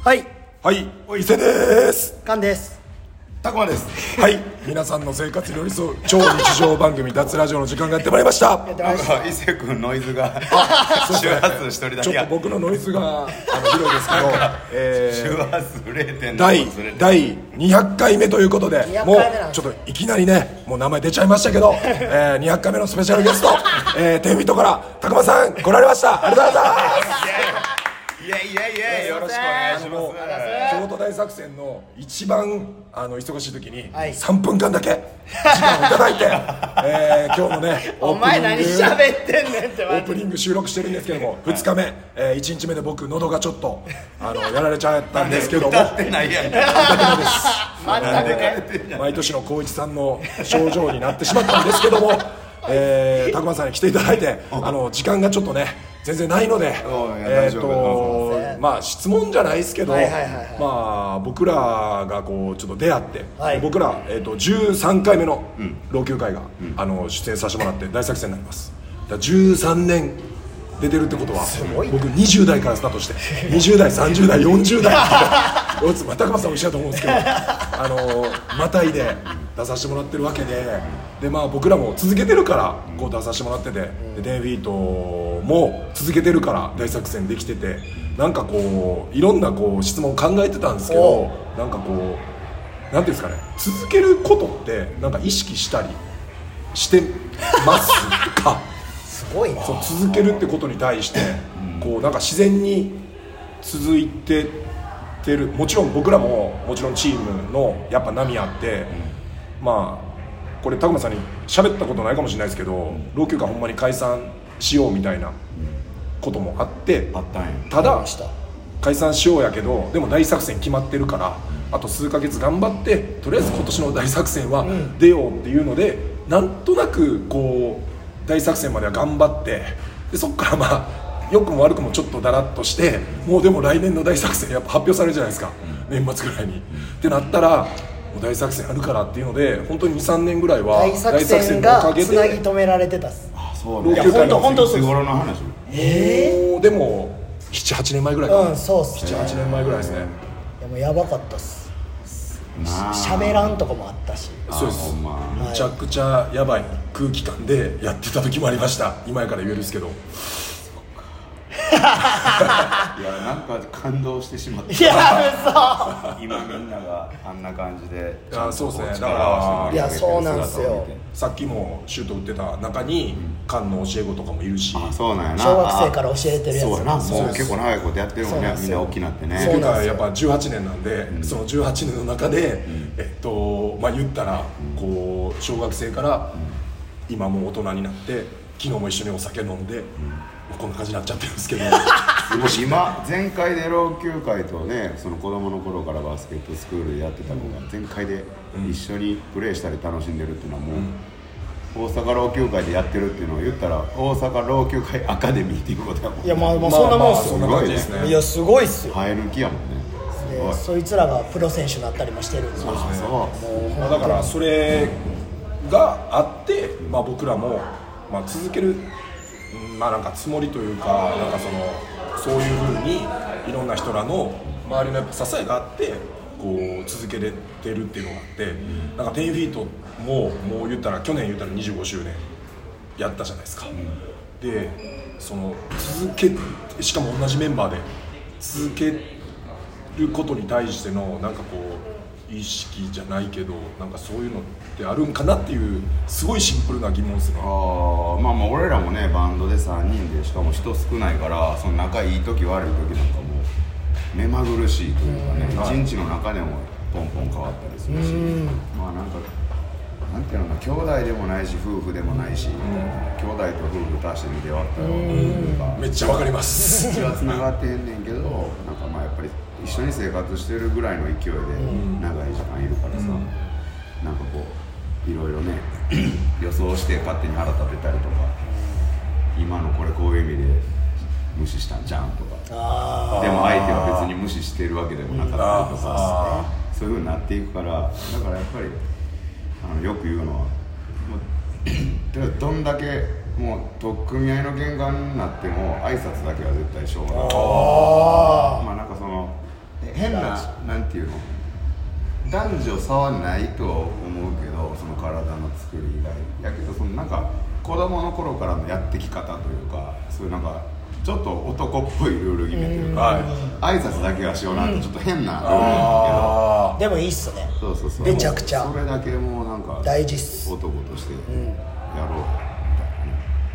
はい、はい、お伊勢です。カンです。たくまです。はい、皆さんの生活に寄り添う超日常番組脱ラジオの時間がやってまいりました。なんか伊勢君ノイズ が周波数一人だちょっとけや僕のノイズがあの広いです けど、え周波数0.7ー、第ずれて第200回目ということで200、もう回目なんですちょっといきなりね、もう名前出ちゃいました けど、えー、200回目のスペシャルゲスト、えー、天人からたくまさん来られました。ありがとうございます。いやいやいやよろしくお願いしもうます京都大作戦の一番あの忙しい時にはい3分間だけ時間をいただい て、えー今日のねおオープ前ニン何グ喋ってんねんってオマージプでニング収録してるんですけども2日目、え1日目で僕喉がちょっとあのやられちゃったんです けども歌ってないやん全くね毎年の光一さんの症状になってしまったんですけど も、えー、たくまさんに来ていただいてあの時間がちょっとね全然ないので、おういやえ大ー、丈夫とまあ質問じゃないですけど、はいはいはいはいまあ僕らがこうちょっと出会って、はい僕ら、えー、と13回目の老朽会が、あの出演させてもらって大作戦になりますだから13年出てるってことは僕20代からスタートして20代30代40代 っておつまあ高松さんも一緒だと思うんですけどあのまたいで出させてもらってるわけででまあ僕らも続けてるからこう出させてもらっててでデイビートも続けてるから大作戦できててなんかこういろんなこう質問を考えてたんですけどなんかこうなんていうんですかね続けることってなんか意識したりしてますかすごいね そう続けるってことに対してこうなんか自然に続いてってるもちろん僕らももちろんチームのやっぱ波あってまあこれ田熊さんに喋ったことないかもしれないですけど老朽化ほんまに解散しようみたいなこともあってあったんやただした解散しようやけどでも大作戦決まってるからあと数ヶ月頑張ってとりあえず今年の大作戦は出ようっていうので、なんとなくこう大作戦までは頑張ってでそっからまあ良くも悪くもちょっとだらっとしてもうでも来年の大作戦やっぱ発表されるじゃないですか、年末ぐらいに。ってなったらもう大作戦あるからっていうので本当に23年ぐらいは大作戦がつなぎ止められてたっすそう老いや朽化の本当本当そう日頃の話もうでも78年前ぐらいかな、うんそうっすね78年前ぐらいですねいやもうやばかったっすなあ喋らんとかもあったしあそうですほんまむちゃくちゃやばい空気感でやってた時もありました今やから言えるんですけどいやなんか感動してしまっいやた嘘今みんながあんな感じでいやそうですね力を合わせて盛り上げてるいやそうなんすよ姿を見てさっきもシュート打ってた中に菅の教え子とかもいるしあそうなんやな小学生から教えてるやつそうやなそうもう結構長いことやってるもんそうなんねですみんよな大きなってねそうなん僕がですやよっぱ18年なんで、その18年の中で、えっとまあ言ったらこう小学生から今もう大人になって昨日も一緒にお酒飲んで、こんな感じになっちゃってるんですけどでも今前回で老朽会とねその子供の頃からバスケットスクールでやってた子が前回で一緒にプレーしたり楽しんでるっていうのはもう、大阪老朽会でやってるっていうのを言ったら大阪老朽会アカデミーっていうことやもんいやまあまあそんなもんっすよそんな感じですねいやすごいっすよ生え抜きやもんねすごでいそいつらがプロ選手になったりもしてるんですよあそうまあ、だからそれがあって、まあ、僕らも、まあ、続ける、うんまあ、なんかつもりというかなんかそのそういうふうにいろんな人らの周りのやっぱ支えがあってこう続けれてるっていうのがあってなんか10フィートももう言ったら去年言ったら25周年やったじゃないですか、でその続けしかも同じメンバーで続けることに対してのなんかこう意識じゃないけどなんかそういうのってあるんかなっていうすごいシンプルな疑問ですねあーまあまあ俺らもねバンドで3人でしかも人少ないからその仲いい時悪い時なんかもう目まぐるしいというかね一、日の中でもポンポン変わったりするしまあなんかなんていうのかな兄弟でもないし夫婦でもないし、兄弟と夫婦足してみて割ったようなめっちゃわかります 血はつながってへんねんけどなんかまあやっぱり一緒に生活してるぐらいの勢いで長い時間いるからさ、なんかこういろいろね 予想して勝手に腹立てたりとか今のこれこういう意味で無視したんじゃんとかあでも相手は別に無視してるわけでもなかったりとあかそういうふうになっていくからだからやっぱりあのよく言うのはもう とりあえずどんだけもう取っ組み合いの喧嘩になっても挨拶だけは絶対しょうがない。あまあなんかそのえ変ななんていうの男女差はないとは思うけどその体の作り以外やけどそのなんか子供の頃からのやってき方というかそういうなんかちょっと男っぽいルール決めというか挨拶だけはしようなんてちょっと変なルールなんだあでもいいっすねけどそうそうそうめちゃくちゃそれだけもうなんか大事っす男としてやろうみたいなね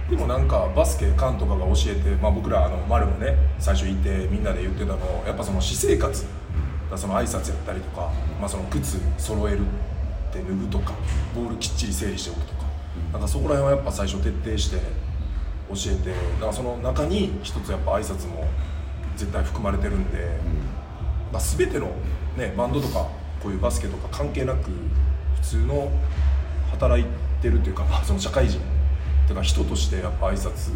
ーでもなんかバスケカンとかが教えて、まあ、僕らあの丸もね最初行ってみんなで言ってたのやっぱその私生活だその挨拶やったりとか、まあ、その靴揃えるって脱ぐとかボールきっちり整理しておくとかなんかそこら辺はやっぱ最初徹底して教えてだからその中に一つやっぱ挨拶も絶対含まれてるんで、まあ、全ての、ね、バンドとかこういうバスケとか関係なく普通の働いてるというか、まあ、その社会人とか人としてやっぱ挨拶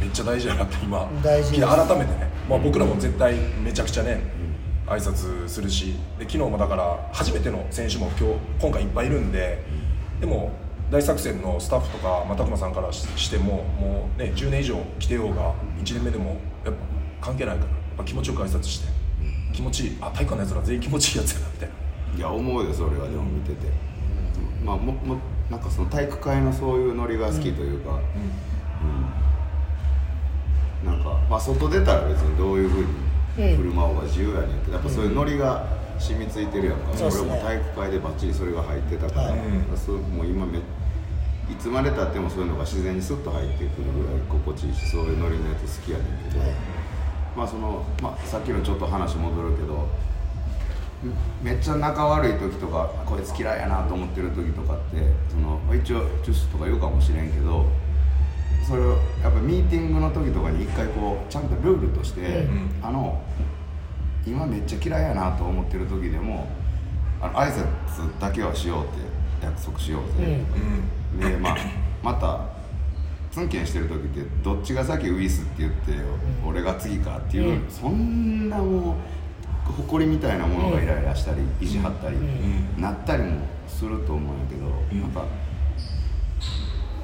めっちゃ大事やなって今大事です改めてね、まあ、僕らも絶対めちゃくちゃね挨拶するしで昨日もだから初めての選手も今日今回いっぱいいるんででも大作戦のスタッフとか、まあ、拓磨さんからししてももう、ね、10年以上来てようが1年目でもやっぱ関係ないからやっぱ気持ちよく挨拶して気持ちいいあ体育館のやつら全員気持ちいいやつやなみたいないや思うよそれはでも見てて、まあももなんかその体育会のそういうノリが好きというか、うんなんか、まあ、外出たら別にどういうふうに振る舞おうが自由やねんけどやっぱそういうノリが染みついてるやんか、そうっすね俺も体育会でバッチリそれが入ってたから、はいそうもう今めいつまでたってもそういうのが自然にスッと入ってくるぐらい心地いいしそういうノリのやつ好きやねんけど、まあそのまあ、さっきのちょっと話戻るけどめっちゃ仲悪い時とかこいつ嫌いやなと思ってる時とかってその一応ジュースとか言うかもしれんけどそれをやっぱミーティングの時とかに一回こうちゃんとルールとして、あの今めっちゃ嫌いやなと思ってる時でもあの挨拶だけはしようって約束しようぜ、で、まあ、またツンケンしてる時ってどっちが先ウイスって言って俺が次かっていう、うそんなもう誇りみたいなものがイライラしたり、意地張ったり、なったりもすると思うんやけど、なんか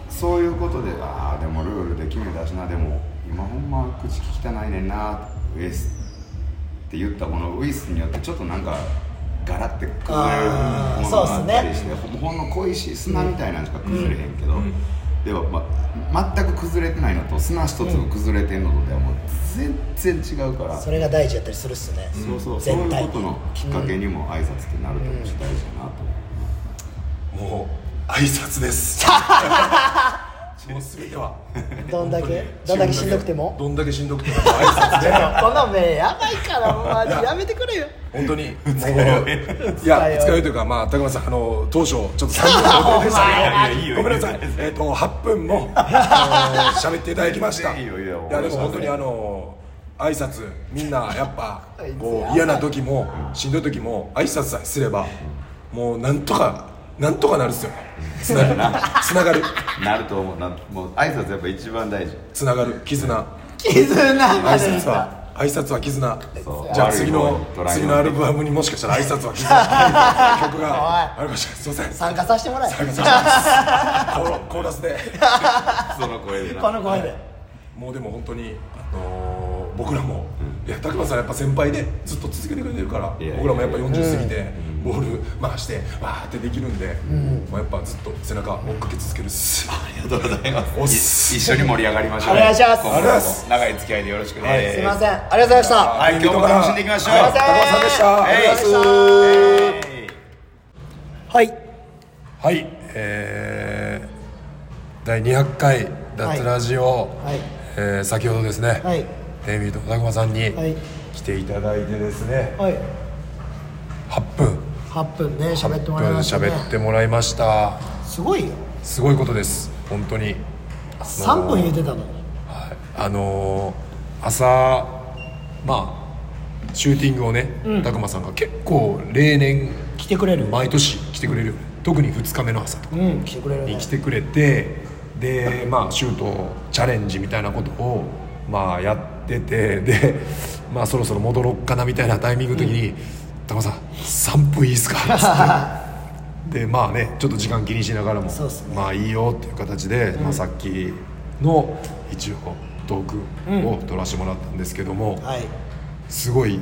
そういうことでああでもルールで決めたしなでも今ほんま口利きたないねんなウイスって言ったこのウイスによってちょっとなんかガラって崩れるものあーがあったりしてそうっすねでほほんの小石砂みたいなのしか崩れへんけど、んでも、ま、全く崩れてないのと砂一つが崩れてんのとではもう全然違うから、それが大事やったりするっすねそうそうそう絶いう対ことのきっかけにも挨拶ってなると思うし大事だなと思もう挨拶です もう全てはどんだけどんだけしんどくてもどんだけしんどくても挨拶ちでょっとこの目やばいからマジやめてく れよ本当にもういや二日酔いというかまあ高松さんあの当初ちょっと30分遅れでしたい やいやいいけよどごめんなさいえっと8分もあの喋っていただきましたいいよいいよいやでも本当にあの挨拶みんなやっぱこう嫌な時もしんどい時も挨拶さえすればもうなんとかなんとかなるっすよねつながるつながるうなると思うなもう挨拶やっぱ一番大事つながる絆絆挨まで拶は挨拶は絆そうじゃあ次悪いのもんトライ次のアルバムにもしかしたら挨 拶は絆っていう曲があるかもしれないすいませ ん参加させてもらえコーラ コーラスでその声でなこの声でもうでも本当にあのー僕らも、いや拓磨さんやっぱ先輩でずっと続けてくれてるからいやいや僕らもやっぱ40過ぎて、ボール回してわーってできるんで、まあ、やっぱずっと背中追っかけ続けるっすありがとうございおっますすい一緒に盛り上がりましょうお願いします今後ありがとうございまもす長い付き合いでよろしくね、すいませんありがとうございましたはい今日も楽しんでいきましょうは拓磨さんでしたえいありがとうございますえいはいはい、えー、第200回脱ラジオ、はいえー先ほどですね、はいデイビーと拓磨さんにはい来ていただいてですね、はい8分8分ね喋ってもらいましたね喋ってもらいましたすごいよすごいことです本当に3分言ってたのにはいあのー朝まあシューティングをね拓磨、さんが結構例年来てくれる毎年来てくれるよね特に2日目の朝とかうん来てくれるにね来てくれてでまあシュートチャレンジみたいなことをまあやっててでまあそろそろ戻ろっかなみたいなタイミングの時に「拓、磨、さん3分いい っすか?」っつってでまあねちょっと時間気にしながらも、そうっすねまあいいよっていう形で、まあ、さっきの一応トークを取らせてもらったんですけども、はいすごい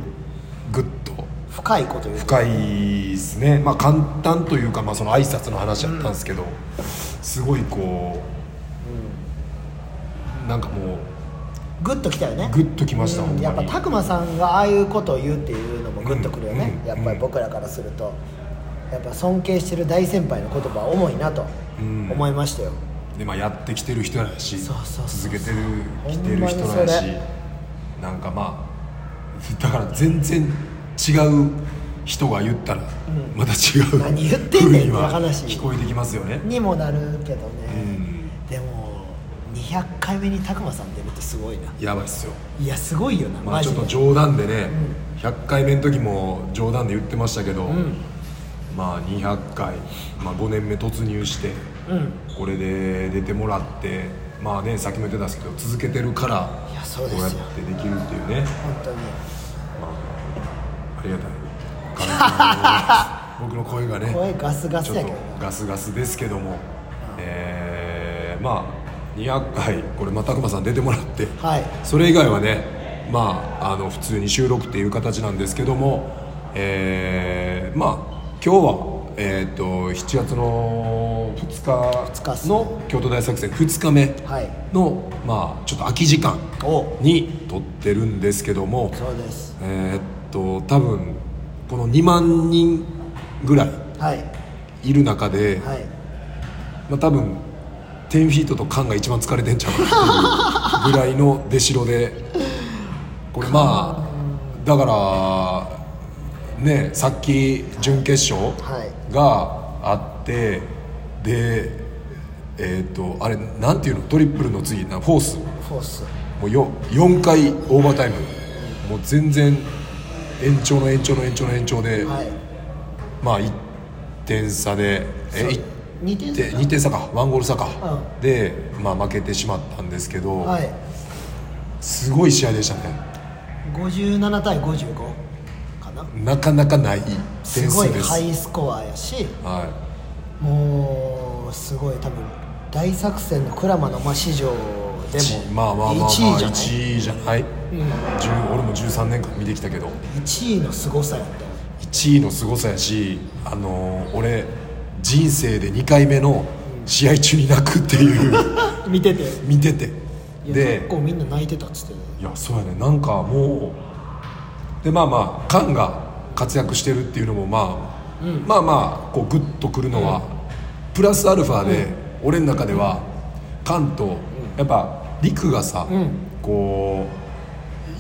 ぐっと深いこと言う深いですねまあ簡単というか、まあ、その挨拶の話だったんですけど、すごいこう、なんかもうグッときたよねグッときました、うんほんまにやっぱ拓磨さんがああいうことを言うっていうのもグッとくるよね、うんやっぱり僕らからするとやっぱ尊敬してる大先輩の言葉は重いなとん思いましたよ、で、まあ、やってきてる人やしそうそうそう続けてるきてる人やほんまにしそれなんかまあだから全然違う人が言ったらまた違う、何言ってんねん風にはって話聞こえてきますよねにもなるけどね、うんでも200回目に拓磨さん出るってすごいなやばいっすよいやすごいよな、まあマちょジっでと冗談でね、100回目の時も冗談で言ってましたけど、まあ200回、まあ、5年目突入して、これで出てもらってまあねさっきも言ってたんですけど続けてるからいやそこううですよやってできるっていうね本当にありが たい感じ僕の声がね声ガスガちスょっやとけどなガスガスですけども、えーまあ200回これまあ拓磨さん出てもらって、はいそれ以外はねまああの普通に収録っていう形なんですけども、えーまあ今日は、えー、と7月の日っ2日すの京都大作戦2日目はいの、まあちょっと空き時間おに撮ってるんですけども、そうですえーっと多分この2万人ぐらいはいいる中で、はいまあ、多分10フィートと缶が一番疲れてんちゃうかなっていうぐらいの出しろでこれまあだからねさっき準決勝はいがあってでえーっとあれなんていうのトリプルの次なフォースフォースもう 4, 4回オーバータイムもう全然延長の延長の延長の延長で、はいまあ1点差でえそうい2点で2点差かワンゴール差か、うで、まあ、負けてしまったんですけど、はいすごい試合でしたね57対55かななかなかないす点ごい数でハすイスコアやしはもうすごい多分大作戦のクラマのまあ史上でいちまあまあまあまもあ1位じゃない1位じゃない、10俺も13年間見てきたけど1位の凄さやったよ1位の凄さやし、あのー俺人生で2回目の試合中に泣くっていう。 見てて見てていやで結構みんな泣いてたっつっていやそうやねなんかもうでまあまあカンが活躍してるっていうのもまあ、まあまあこうグッとくるのは、プラスアルファで、俺の中ではカンとやっぱリクがさ、こ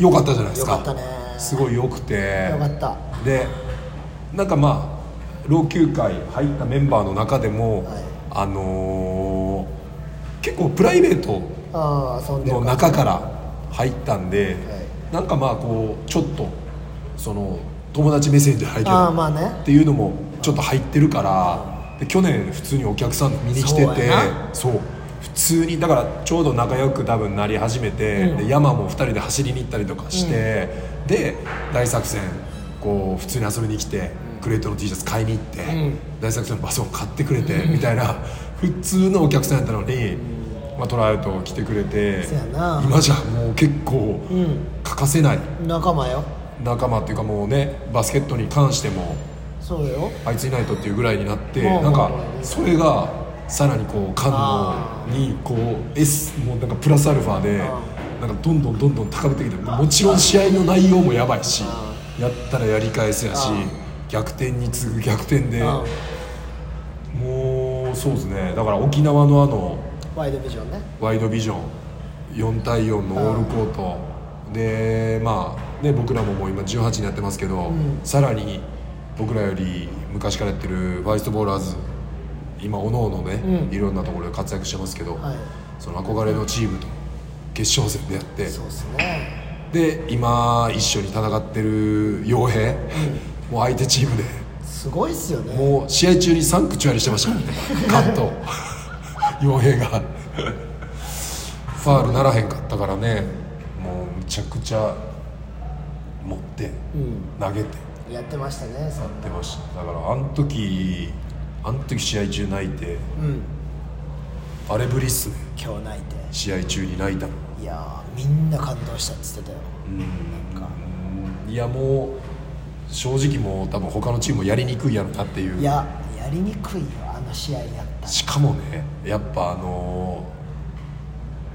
う良かったじゃないですか良かったねすごい良くてよかったでなんかまあ老朽会入ったメンバーの中でも、はいあのー結構プライベートああ遊んでるのか中から入ったんで、なんかまあこうちょっとその友達目線じゃないけどああまあねっていうのもちょっと入ってるからで去年普通にお客さん見に来てそうてやなそう普通にだからちょうど仲良く多分なり始めて、で山も2人で走りに行ったりとかして、で大作戦こう普通に遊びに来て、クレートの T シャツ買いに行って、大作戦のバスを買ってくれて、みたいな普通のお客さんやったのに、まあ、トライアウト来てくれてそうやな今じゃもう結構欠かせない仲間よ仲間っていうかもうねバスケットに関しても。そうよあいついないとっていうぐらいになってまあなんかまあそれがさらにこう感あ能にこう S もうなんかプラスアルファでなんかどんどんどんどん高めてきてもちろん試合の内容もやばいしやったらやり返すやし逆転に次ぐ逆転であもうそうですねだから沖縄のあのワイドビジョンねワイドビジョン4対4のオールコートでまあね僕らももう今18になってますけど、さらに僕らより昔からやってるファイストボーラーズ今おのおのね、いろんなところで活躍してますけど、はいその憧れのチームと決勝戦でやってそうっすねで今一緒に戦ってる傭兵、もう相手チームですごいっすよねもう試合中にサンクチュアリしてましたからねカット傭兵がファールならへんかったからねもうむちゃくちゃ持って、投げてやってましたねそ出ましただからあの時あの時試合中泣いて、あれぶりっすね今日泣いて試合中に泣いたのいやーみんな感動したっつってたよいやもう正直もう多分他のチームもやりにくいやろなっていういややりにくいよあの試合やったらしかもねやっぱあの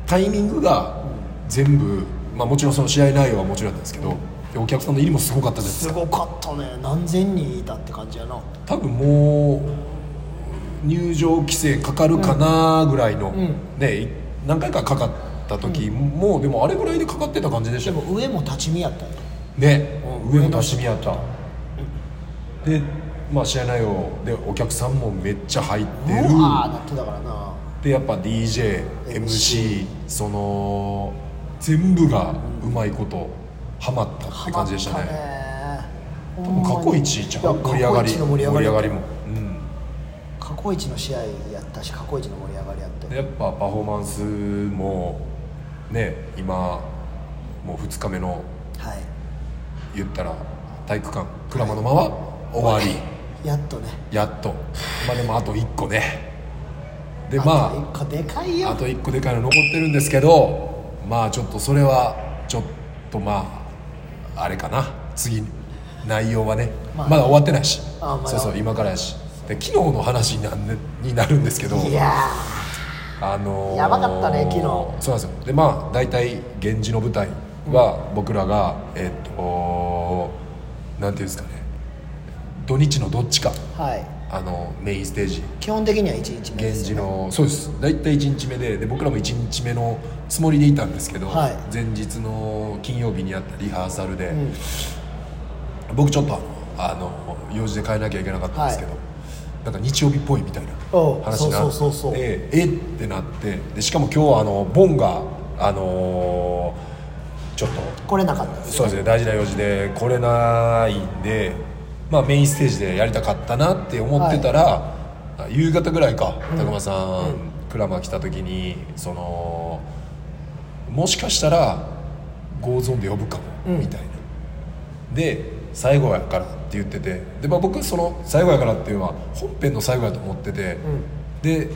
ータイミングが全部、まあ、もちろんその試合内容はもちろんですけどでお客さんの入りもすごかったじゃないですすかごかったね何千人いたって感じやな多分もう入場規制かかるかなぐらいの、ねい何回かかかった時も、でもあれぐらいでかかってた感じでしたでよも上も立ち見やったよね、うん上も出し見やった、で、まあ、試合内容でお客さんもめっちゃ入ってるうわーなってたからなでやっぱ DJMC その全部がうまいことハマったって感じでしたね多多分過去一じゃん盛り上がりの盛り上がりも、うん、過去一の試合やったし過去一の盛り上がりやってでやっぱパフォーマンスもね今もう2日目のはい言ったら体育館鞍馬の間は終わりやっとねやっとまあでもあと1個ねであまあと一個でかいよあと1個でかいの残ってるんですけどまあちょっとそれはちょっとまああれかな次内容はね、まあまだ終わってないし、あまだそうそう今からやしで昨日の話になんねになるんですけどいやあのーやばかったね昨日そうなんですよでまあ大体「源氏の舞台」は僕らが、えっとなんていうんですかね土日のどっちかーはいあのメインステージ基本的には1日目で源す氏のそうです大体1日目でで僕らも1日目のつもりでいたんですけど、はい前日の金曜日にあったリハーサルで、ん僕ちょっとあの用事で変えなきゃいけなかったんですけど、はなんか日曜日っぽいみたいなおう話になってそうそうそうそうええってなってでしかも今日はあのボンがあのーちょっと。これなかったですそうですね大事な用事で来れないんで、まあ、メインステージでやりたかったなって思ってたら、あ夕方ぐらいか高間さん鞍馬、来た時にそのもしかしたらゴーゾーンで呼ぶかも、みたいなで最後やからって言っててで、まあ、僕その最後やからっていうのは本編の最後やと思ってて、で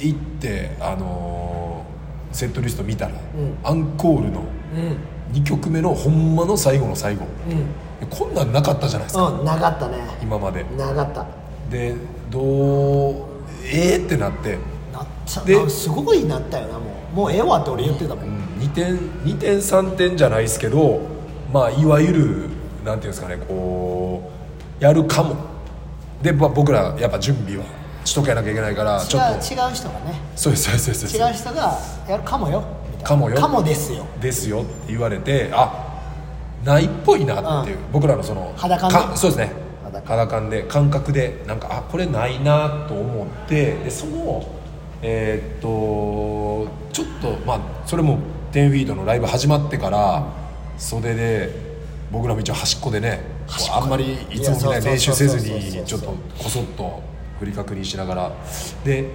行って、あのーセットリスト見たら、アンコールの2曲目のほんまの最後の最後、こんなんなかったじゃないですか、うんなかったね今までなかったでどうえーってなって、なったでなすごいなったよなもうもうええわって俺言ってたもん、 2点2点3点じゃないですけどまあいわゆるなんていうんですかねこうやるかもで、まあ、僕らやっぱ準備はしとかなきゃいけないから違うちょっと違う人がねそうですそうですそうです違う人がやるかもよみたいなかもよかもですよですよって言われてあないっぽいなっていう、僕らのその肌感でかそうですね肌感肌感で感覚でなんかあこれないなと思ってでそのえーっとちょっとまあそれも10フィートのライブ始まってから袖で僕らも一応端っこでね端っここうあんまりいつもみたいに練習せずいやそうそうそうそうそうにちょっとこそっと振り確認しながらで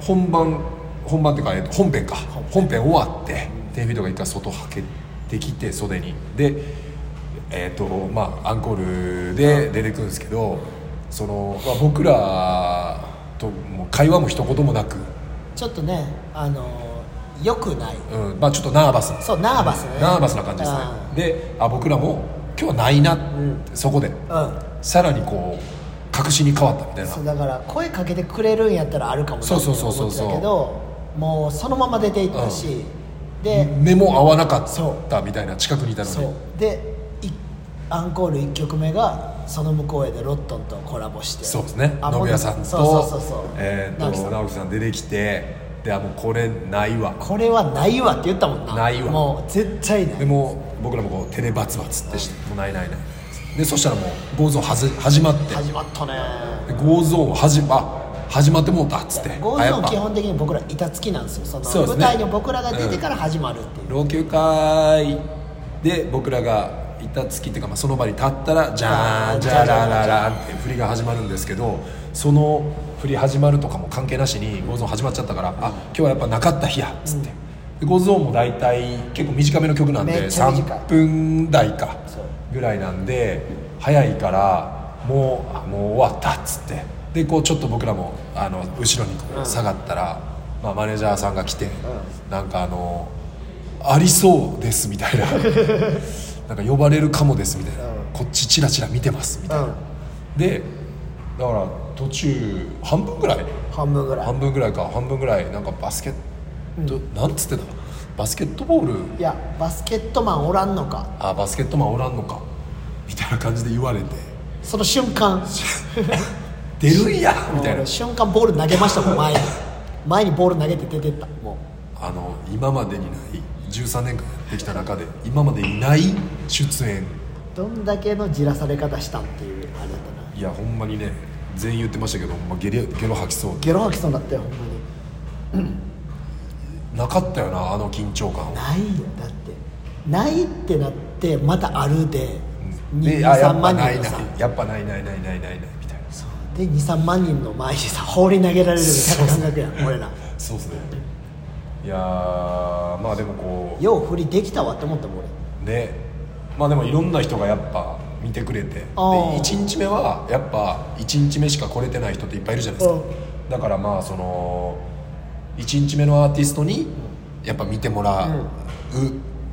本番本番っていうか、えっと、本編か本編終わってテレビとか一回外はけてきて袖にでえっとまあアンコールで出てくるんですけどその、まあ、僕らともう会話も一言もなく、ちょっとねあのー、よくないうんまあ、ちょっとナーバスなそうナーバスねナーバスな感じですねであ僕らも今日はないなって、そこでうん、うんさらにこう隠しに変わったみたいなそうだから声かけてくれるんやったらあるかもそうそうそうそうだけどもうそのまま出ていったし、で目も合わなかったみたいな近くにいたのそでうでいアンコール1曲目がその向こうへでロットンとコラボしてそうですねあ信也さんそうそうそとうそうえー直っ樹さとん直樹さん出てきてであもうこれないわこれはないわって言ったもんなないわもう絶対ないでもう僕らもこう手でバツバツってしてもうないないないでそしたらもうゴーゾーンはず始まって始まったねでゴーゾーンはじあ始まってもうたっつってゴあーやゾっーンぱ基本的に僕ら板付きなんですよそのそうです舞ね台に僕らが出てから始まるっていう老朽会で僕らが板付きっていうか、まあ、その場に立ったらじゃーんじゃらららんって振りが始まるんですけどその振り始まるとかも関係なしにゴーゾーン始まっちゃったから、あ今日はやっぱなかった日やっつって、でゴーゾーンも大体結構短めの曲なんめでっちゃ短い3分台かそうぐらいなんで早いからもうあもう終わったっつってでこうちょっと僕らもあの後ろにこう下がったら、まあ、マネージャーさんが来て、なんかあのありそうですみたいななんか呼ばれるかもですみたいな、こっちチラチラ見てますみたいうんなでだから途中半分ぐらい半分ぐらい半分ぐらいか半分ぐらいなんかバスケット、なんつってたバスケットボールいやバスケットマンおらんのかあバスケットマンおらんのかみたいな感じで言われてその瞬間出るんや みたいな俺瞬間ボール投げましたもん前に前にボール投げて出てったもあの今までにない13年間やってきた中で今までにない出演うどんだけのじらされ方したっていうあれだったないやほんまにね全員言ってましたけど、ほんまゲリゲロ吐きそうゲロ吐きそうになったよほんまになかったよなあの緊張感はないよだってないってなってまたあるで、でにあや23っぱ万ない人なのいさやっぱないないないないないないみたいなそうで23万人の前にさ放り投げられるみたいな感覚やん俺らそうっすねいやーまあでもこよう振りできたわって思ったもん俺うねまあでもいろんな人がやっぱ見てくれてであー1日目はやっぱ1日目しか来れてない人っていっぱいいるじゃないですうかだからまあその1日目のアーティストにやっぱ見てもらう、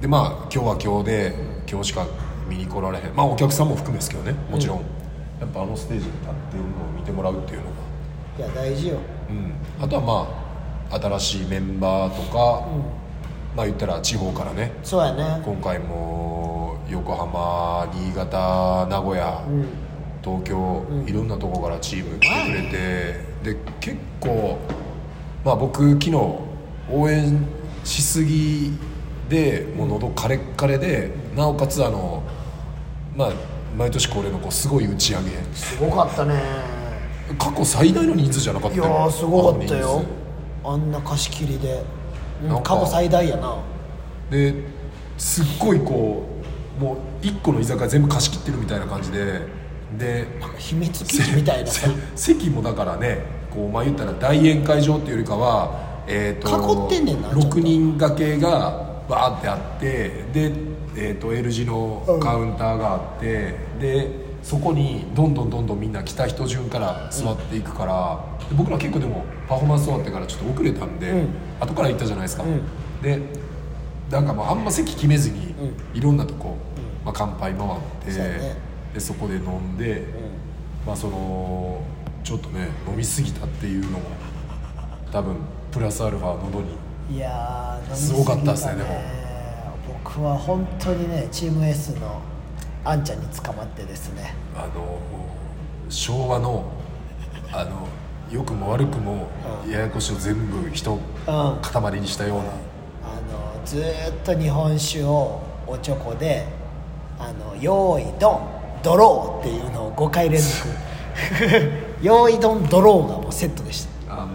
でまあ今日は今日で今日しか見に来られへんまあお客さんも含めですけどねもちろん、やっぱあのステージに立ってるのを見てもらうっていうのがいや大事ようん、あとはまあ新しいメンバーとか、まあ言ったら地方からねそうやね今回も横浜新潟名古屋、東京、いろんなとこからチーム来てくれてで結構まあ僕昨日応援しすぎでもう喉カレッカレでなおかつあのまあ毎年恒例のこうすごい打ち上げすごかったね過去最大の人数じゃなかっいたやよーすごかったあのよ人数あんな貸し切りで、うんなんか過去最大やなですっごいこうもう1個の居酒屋全部貸し切ってるみたいな感じでで秘密基地みたいなさせ席もだからねこうまあ言ったら大宴会場っていうよりかは、えー、囲とってんねんなちゃんと6人掛けがバーってあってで、えー、と L 字のカウンターがあって、でそこにどんどんどんどんみんな来た人順から座っていくから、で僕ら結構でもパフォーマンス終わってからちょっと遅れたんで、後から行ったじゃないですか、でなんかもうあんま席決めずに、いろんなとこ、まあ、乾杯回ってそうやねでそこで飲んで、まあそのちょっとね飲みすぎたっていうのも多分プラスアルファ喉にいやー飲みすごかったっすね過ぎ僕は本当にねチーム S のあんちゃんに捕まってですねあの昭和のあの良くも悪くもややこしを全部一塊にしたような、あのずーっと日本酒をおちょこで「あの用意ドンドロー」っていうのを5回連続 「用意ドンドロー」がもうセットでしたあの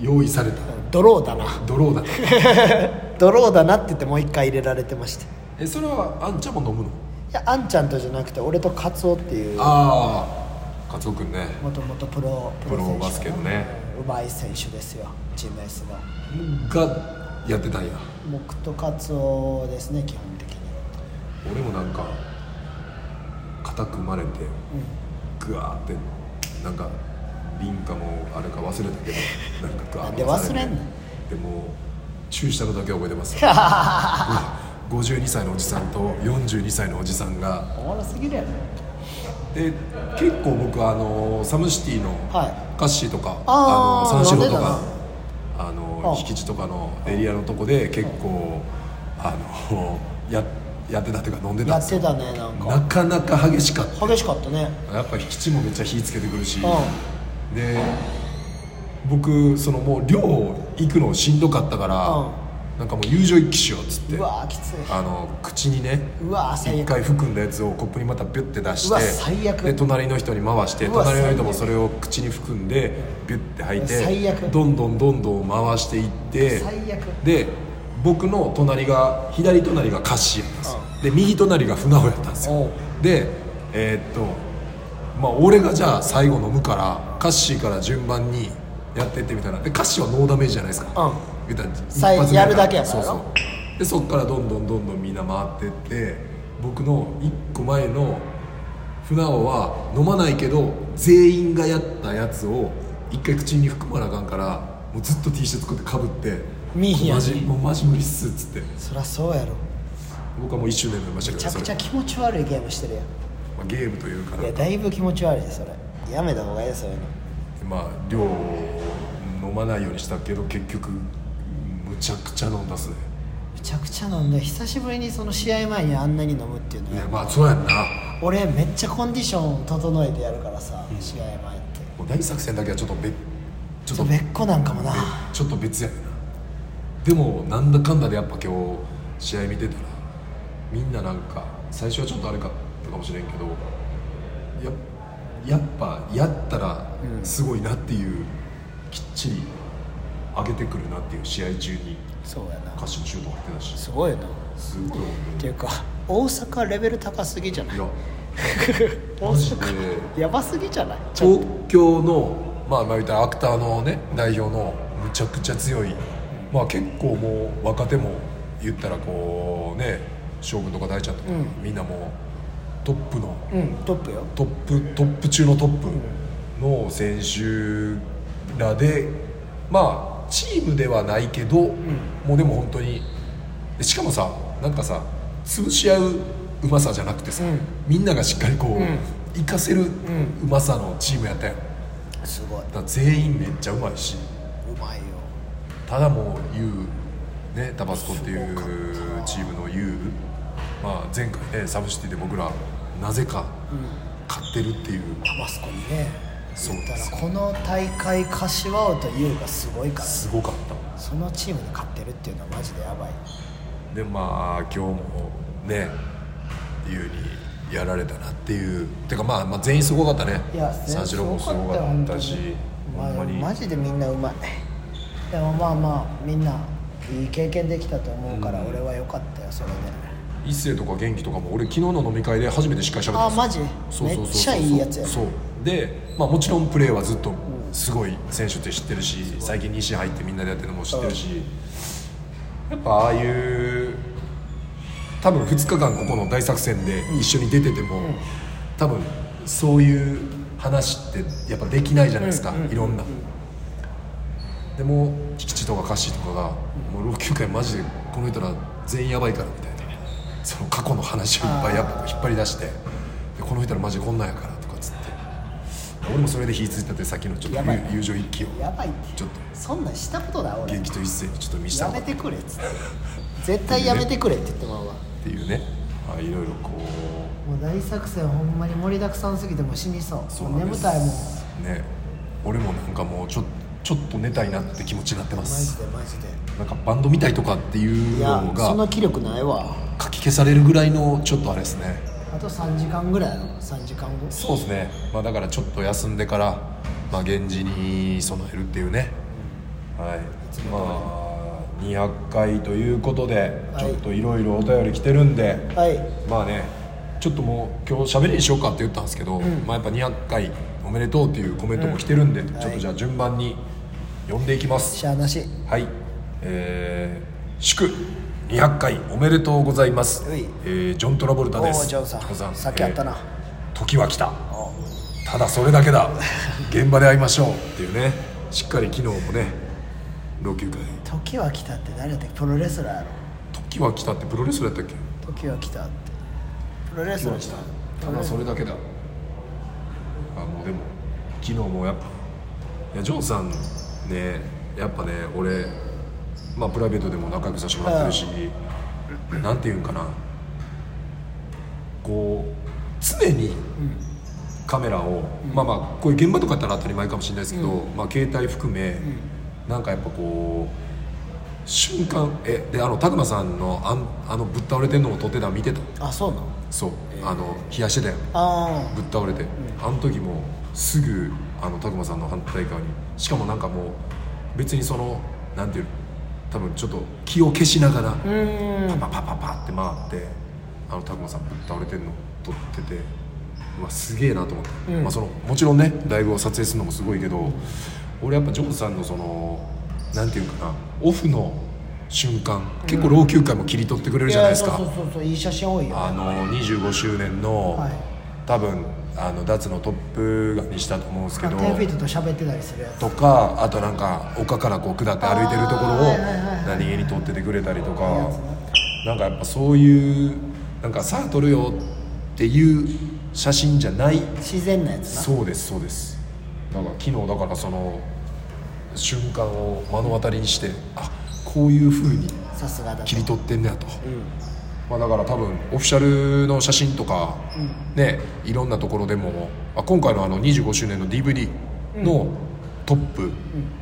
用意されたドローだな ドローだった ドローだなって言ってもう1回入れられてましたいえそれはあんちゃんも飲むのやあんちゃんとじゃなくて俺とカツオっていうああカツオくんねもともとプロプロバスケのねうまい選手ですよチーム S のがやってたんや僕とカツオですね基本的 に俺もなんか固くまれてグワーってなんか瓶かもあれか忘れた けどなんかグワーッなんで忘れんのでもチューしたのだけは覚えてます 52歳のおじさんと42歳のおじさんがおもろすぎるやろで結構僕あのサムシティのはカッシーとか、あーあの三四郎飲とかんでああの引き地とかのエリアのとこで結構あの ややってたというか飲んでたやんでっすてよたねなんかなかなか激しかった激しかったねやっぱ引き地もめっちゃ火つけてくるし、うで僕そのもう寮行くのしんどかったから、なんかもう友情一気しようっつってうわーきついあの口にねうわー最一悪回含んだやつをコップにまたビュッて出しうわて最悪で隣の人に回してうわ隣の人もそれを口に含んでビュッて吐いて最悪どんどんどんどん回していって最悪で僕の隣が左隣がカッシーやったんですよで右隣が船尾やったんですおようでえーっとまあ俺がじゃあ最後飲むからカッシーから順番にやってってみたいなでカッシーはノーダメージじゃないですか、うん言ったら一さい発目やるだけやからそうなそうでそっからどんどんどんどんみんな回ってって僕の一個前の船尾は飲まないけど全員がやったやつを一回口に含まなあかんからもうずっと T シャツこうやってかぶって見えへんやマんジもうマジ無理っすっつってそりゃそうやろ僕はもう1周年になりましためけちどゃくそちれゃ気持ち悪いゲームしてるやんまあゲームというかいなやんかだいぶ気持ち悪いそれやめた方がいいよそういうのまあ量を飲まないようにしたけど結局むちゃくちゃ飲んだっすねめちゃくちゃ飲んで久しぶりにその試合前にあんなに飲むっていうのいはやまあそうやんな俺めっちゃコンディション整えてやるからさ、試合前ってもう大作戦だけはちょっと別ちょっちょとっと別個なんかもなちょっと別やねんなでもなんだかんだでやっぱ今日試合見てたらみんななんか最初はちょっとあれかったかもしれんけどややっぱやったらすごいなっていう、きっちり上げてくるなっていう試合中にそうやな歌詞もシュート入ってたしすごいなっすごいていうか大阪レベル高すぎじゃないいや 大マジで阪やばすぎじゃないちょっ東京のまあまあ言ったらアクターのね代表のむちゃくちゃ強いまあ結構もう若手も言ったらこうね将軍とか大ちゃんとか、みんなもうトップのとうんトップよトップトップ中のトップの選手らでまあチームではないけど、もうでも本当にでしかもさなんかさ潰し合ううまさじゃなくてさ、みんながしっかりこう、活かせるうまさのチームやったやんだかすごいうら全員めっちゃうまいしまいよただもう U ねタバスコっていうチームの U、まあ、前回ねサブシティで僕らなぜか勝ってるっていう、タバスコにねそう言っでたらすこの大会柏尾と優がすごいからすごかったそのチームで勝ってるっていうのはマジでやばいでまあ今日もね優にやられたなっていうてかまあ、まあ、全員すごかったねいや三四郎もすごかったしほんままあ、にマジでみんなうまいでもまあまあみんないい経験できたと思うから俺は良かったよそれで、一星とか元気とかも俺昨日の飲み会で初めてしっかり喋ったんあですよマジそうそうそうそうめっちゃいいやつやそうで、まあ、もちろんプレーはずっとすごい選手って知ってるし最近西入ってみんなでやってるのも知ってるしやっぱああいう多分2日間ここの大作戦で一緒に出てても多分そういう話ってやっぱできないじゃないですかいろんな。でも菊池とかカッシーとかが「もう老朽会マジでこの人ら全員やばいから」みたいなその過去の話をいっぱいやっぱ引っ張り出してで「この人らマジでこんなんやから」とかっつって俺もそれで火ついたってさっきのちょっとやばい友友情一揆をやばいってちょっとそんなんしたことだ俺元気と一斉にちょっと見せたやのかめってくれっつって絶対やめてくれって言ってまうわていうねまあいろいろこもう大作戦ほんまに盛りだくさんすぎてもう死にそううそうもなん眠ですたいもんね俺もなんかもうちょちょっと寝たいなって気持ちになってまマジすでマジでなんかバンド見たいとかっていういやのそんがな気力ないわかき消されるぐらいのちょっとあれですねあと3時間ぐらいやろ3時間後そうですね、まあ、だからちょっと休んでから、まあ、源氏に備えるっていうね、はいまあ、200回ということで、はいちょっといろいろお便り来てるんで、はいまあね、ちょっともう、今日喋りにしようかって言ったんですけど、まあ、やっぱ200回おめでとうっていうコメントも来てるんで、ちょっとじゃあ、順番に呼んでいきます。しゃあなしはい、えー祝200回おめでとうございますうい、えージョン・トラボルタですおージョンさんジョさっき会ったなえー時は来たただそれだけだ現場で会いましょうっていうねしっかり昨日もね老朽会時は来たって誰だってプロレスラーやろ時は来たってプロレスラーやったっけ時は来たってプロレスラーただそれだけだあもうでも昨日もやっぱいやジョンさんねやっぱね俺まあプライベートでも仲良くさせてもらってるし、なんていうんかなこう常にカメラを、まあまあこういう現場とかやったら当たり前かもしれないですけど、まあ携帯含め、なんかやっぱこう瞬間えであの拓磨さんのあんあのぶっ倒れてんのを撮ってたの見てたあそうなのそう、あの冷やしてたよあぶっ倒れて、あの時もすぐあの拓磨さんの反対側にしかもなんかもう別にそのなんていうの多分ちょっと気を消しながらパパパパパって回ってあの拓磨さんぶっ倒れてんの撮っててうわすげえなと思って、まあ、そのもちろんねライブを撮影するのもすごいけど俺やっぱジョンさんのそのなんていうかなオフの瞬間結構老朽化も切り取ってくれあるじゃないですか、そうそうそうそういい写真多いよあの25周年の、はい多分あの脱のトップがにしたと思うんですけあどテンフィートと喋ってたりするやつとかあとなんか丘からこう下って歩いてるところあーをはいはいはいはい何気に撮っててくれたりとかなんかやっぱそういうなんかさあ撮るよっていう写真じゃない自然なやつなそうですそうですだから昨日だからその瞬間を目の当たりにしてあこういう風にさすがだと切り取ってんねやと、まあ、だから多分オフィシャルの写真とか、ねいろんなところでも、あ、今回のあの25周年の DVD のトップ、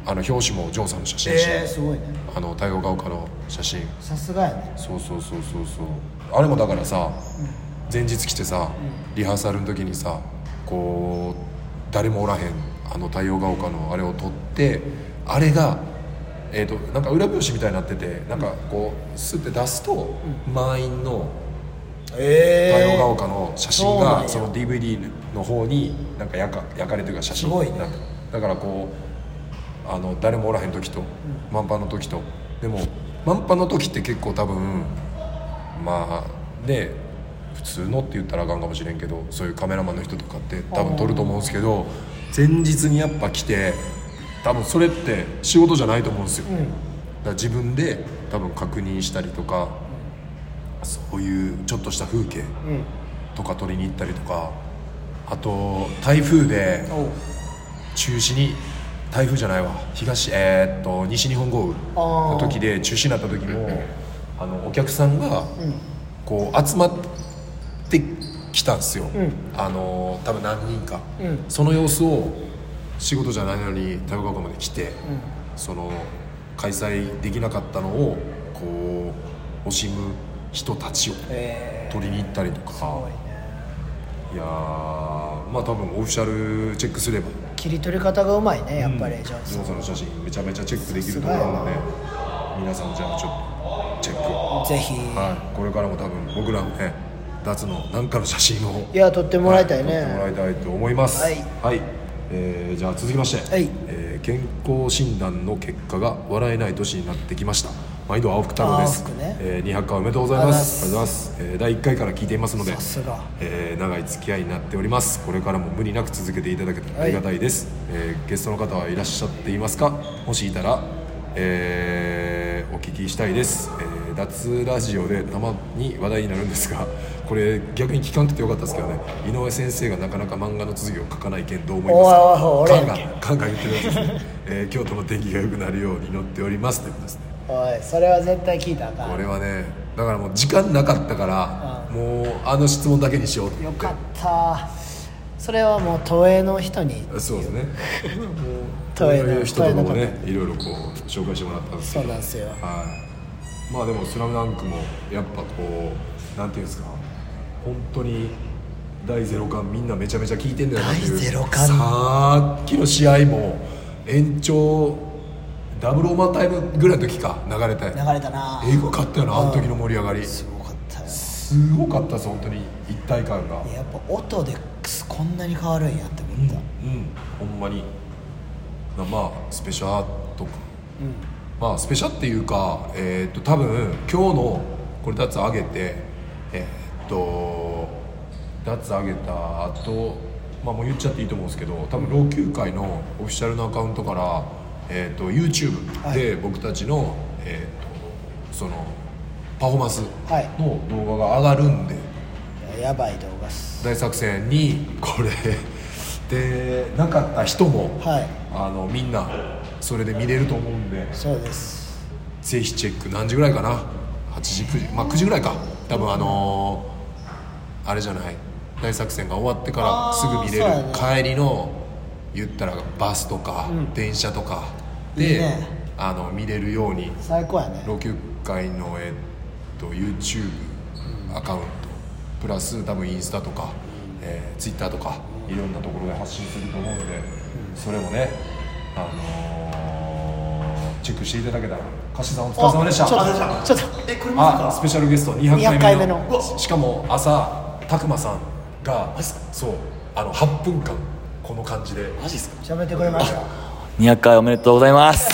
あの表紙もジョンさんの写真やし、えー、すごいねあの太陽が丘の写真さすがやねそうそうそうそうそうあれもだからさ、前日来てさリハーサルの時にさこう誰もおらへんあの太陽が丘のあれを撮ってあれが、えー、となんか裏表紙みたいになっててなんかこうスッて出すと、満員のえ太陽が丘の写真そうなんがやその DVD の方になんか焼か焼かれというか写真すごいねになってだからこうあの誰もおらへん時と満帆の時とでも満帆の時って結構多分まあね普通のって言ったらあかんかもしれんけどそういうカメラマンの人とかって多分撮ると思うんですけど前日にやっぱ来て多分それって仕事じゃないと思うんですよ、だから自分で多分確認したりとかそういうちょっとした風景とか撮りに行ったりとか、あと台風で中止に台風じゃないわ東えーっと西日本豪雨の時で中止になった時もあのお客さんがこう集まってきたんですよ、あの多分何人か、その様子を仕事じゃないのに台風学まで来て、その開催できなかったのをこう惜しむ人たちをえ取りに行ったりとか、ー、すごいねいやーまあ多分オフィシャルチェックすれば切り取り方がうまいねやっぱり、ジョンジさョんンさんの写真めちゃめちゃチェックできるところなんでね皆さんじゃあちょっとチェック、はぜひ、い、これからも多分僕らのね脱の何かの写真をい、や撮ってもらいたいね、はい撮ってもらいたいと思いますはい、えーじゃあ続きまして、はいえー健康診断の結果が笑えない年になってきました毎度青福太郎です青福ねえー200回おめでとうございますありがありがとうございます、えー第1回から聞いていますのでさすがえー長い付き合いになっておりますこれからも無理なく続けていただけたらありがたいです、えーゲストの方はいらっしゃっていますかもしいたら、えーお聞きしたいです、えー脱ラジオでたまに話題になるんですが これ逆に聞かなくてよかったですけどね井上先生がなかなか漫画の続きを書かない件どう思いますかおいおいおい俺カやンんガけンカンガン言ってるやつですね、 えー京都の天気が良くなるように祈っておりますということですねおいそれは絶対聞いたらあかんこれはねだからもう時間なかったからもうあの質問だけにしようってよかったそれはもう都営の人にそうですね都営そういのう人とかも都営のねいろいろこう紹介してもらったんですけそうどなんですよはいまあでも「スラムダンクもやっぱこうなんていうんですか本当に第ゼロ感みんなめちゃめちゃ聞いてんだよなっていう第ゼロ感さっきの試合も延長ダブルオーバータイムぐらいの時か流れた流れたなえぐかったよなあの時の盛り上がりすごかったよすごかったです本当に一体感がいややっぱ音でこんなに変わるんやって思った、うんほんまになまあスペシャーとか、まあスペシャーっていうかえーっと多分今日のこれ脱上げてえーっと脱上げた後まあもう言っちゃっていいと思うんですけど多分老朽会のオフィシャルのアカウントから、えーっと YouTube で僕たちの、えーっとそのパフォーマンスはいの動画が上がるんで、いややばい動画っす大作戦にこれでなかった人も、はいあのみんなそれで見れると思うんでそうですぜひチェック何時ぐらいかな8時9時まあ9時ぐらいか多分あのーあれじゃない大作戦が終わってからあすぐー見れる、そう帰りの言ったらバスとか、電車とかでいいねあの見れるように最高やね老朽会の、えっと、YouTube アカウントプラス多分インスタとか、えー、Twitter とかいろんなところで発信すると思うのでそれもね、あのーチェックしていただけたら歌手さんお疲れ様でしたあちょっとちょっえこれまさあかスペシャルゲスト200 200回回目目ののしかも朝拓磨さんがそうあの8分間この感じでマジですかと喋ってくれました200回おめでとうございます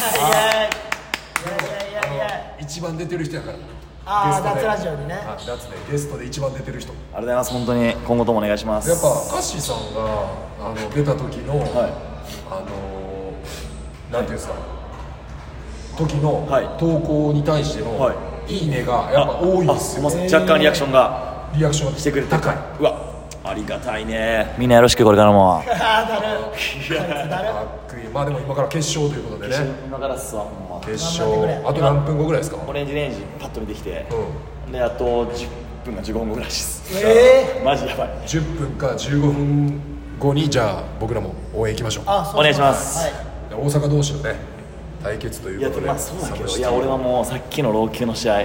一番出てる人やからあーゲストで脱ラジオにねあ脱でゲストで一番出てる人ありがとうございます本当に今後ともお願いしますやっぱカッシーさんがあの出た時の、あのなんていうんですか、時のはい投稿に対しての、はい「いいね」がやっぱ多いんですすいよません若干リアクションがリアクションがしてくれて高いうわありがたいねみんなよろしくこれからもかっこいいまあでも今から決勝ということでね今からっすわほんま決頑張って勝くれあと何分後ぐらいですかオレンジレンジパッと見てきてうであと10分が15分ぐらいですえマジやばい10分か15分後にじゃあ僕らも応援行きましょうあそうお願いしますはい大阪同士のね対決といいやうこでとでもまあそうだけサムどシいティや俺はもうさっきの老朽の試合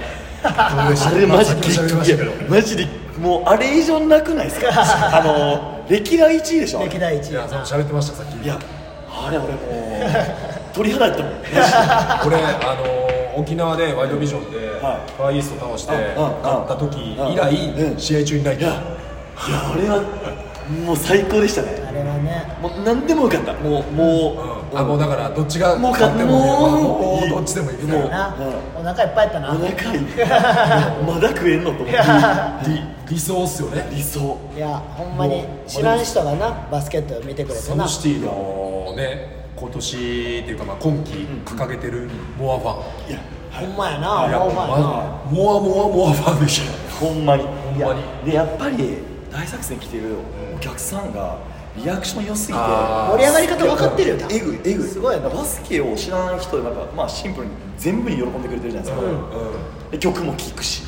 どうでしたあれマジまあ先ほど喋りまでしいたけどやマジでもうあれ以上なくないですかあの歴代1位でしょあれ歴代一い位やそう喋ってましたさっきいやあれ俺もう鳥肌だったもん マジで俺あのー沖縄でワイドビジョンでフはいァーイースト倒してうんうん勝った時以う来ん試合中に泣いいやいたやあれはもう最高でしたねあれはねもう何でもよかったもうもう、あもうだからどっちがもうか勝ってももうもうどっちでもいいみたいななうお腹いっぱいやったなおい 腹いっぱいまだ食えんのと思って理理想っすよね理想やほんまにもう知らん人がなバスケット見てくれてサなムシティのね今年っていうかまあ今季掲げてるモアファンいやほんまやなやほんまやなまモアモアモアファンでしほんまにほんまにいやでやっぱり大作戦来てるお客さんがリアクション良すぎてあ盛り上がり方分かってるよなえぐいえぐいすごいなバスケを知らない人なんかまあシンプルに全部に喜んでくれてるじゃないですか、で曲も聴くし、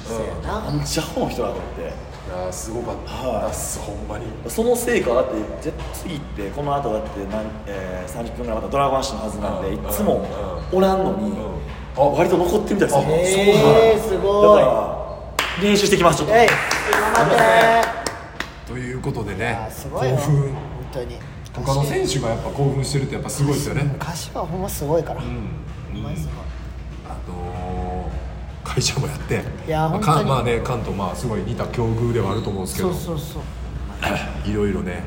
やなあんジャホの人だと思ってたいやすごかったはいっすほんまにその成果だって絶対次ってこの後だってなん、えー、30分ぐらいまたドラゴンアッシュのはずなんでういんつもおらんのにあ割と残ってるみたいですよへえすごいだから練習してきましたえい頑張ってということでねあす興ごいよ奮本当に他の選手がやっぱ興奮してるってやっぱすごいですよね柏はほんますごいから、ほんまにすごいあのー会社もやっていやまあ本当かにまあね関東まあすごい似た境遇ではあると思うんですけそどうそうそういろいろね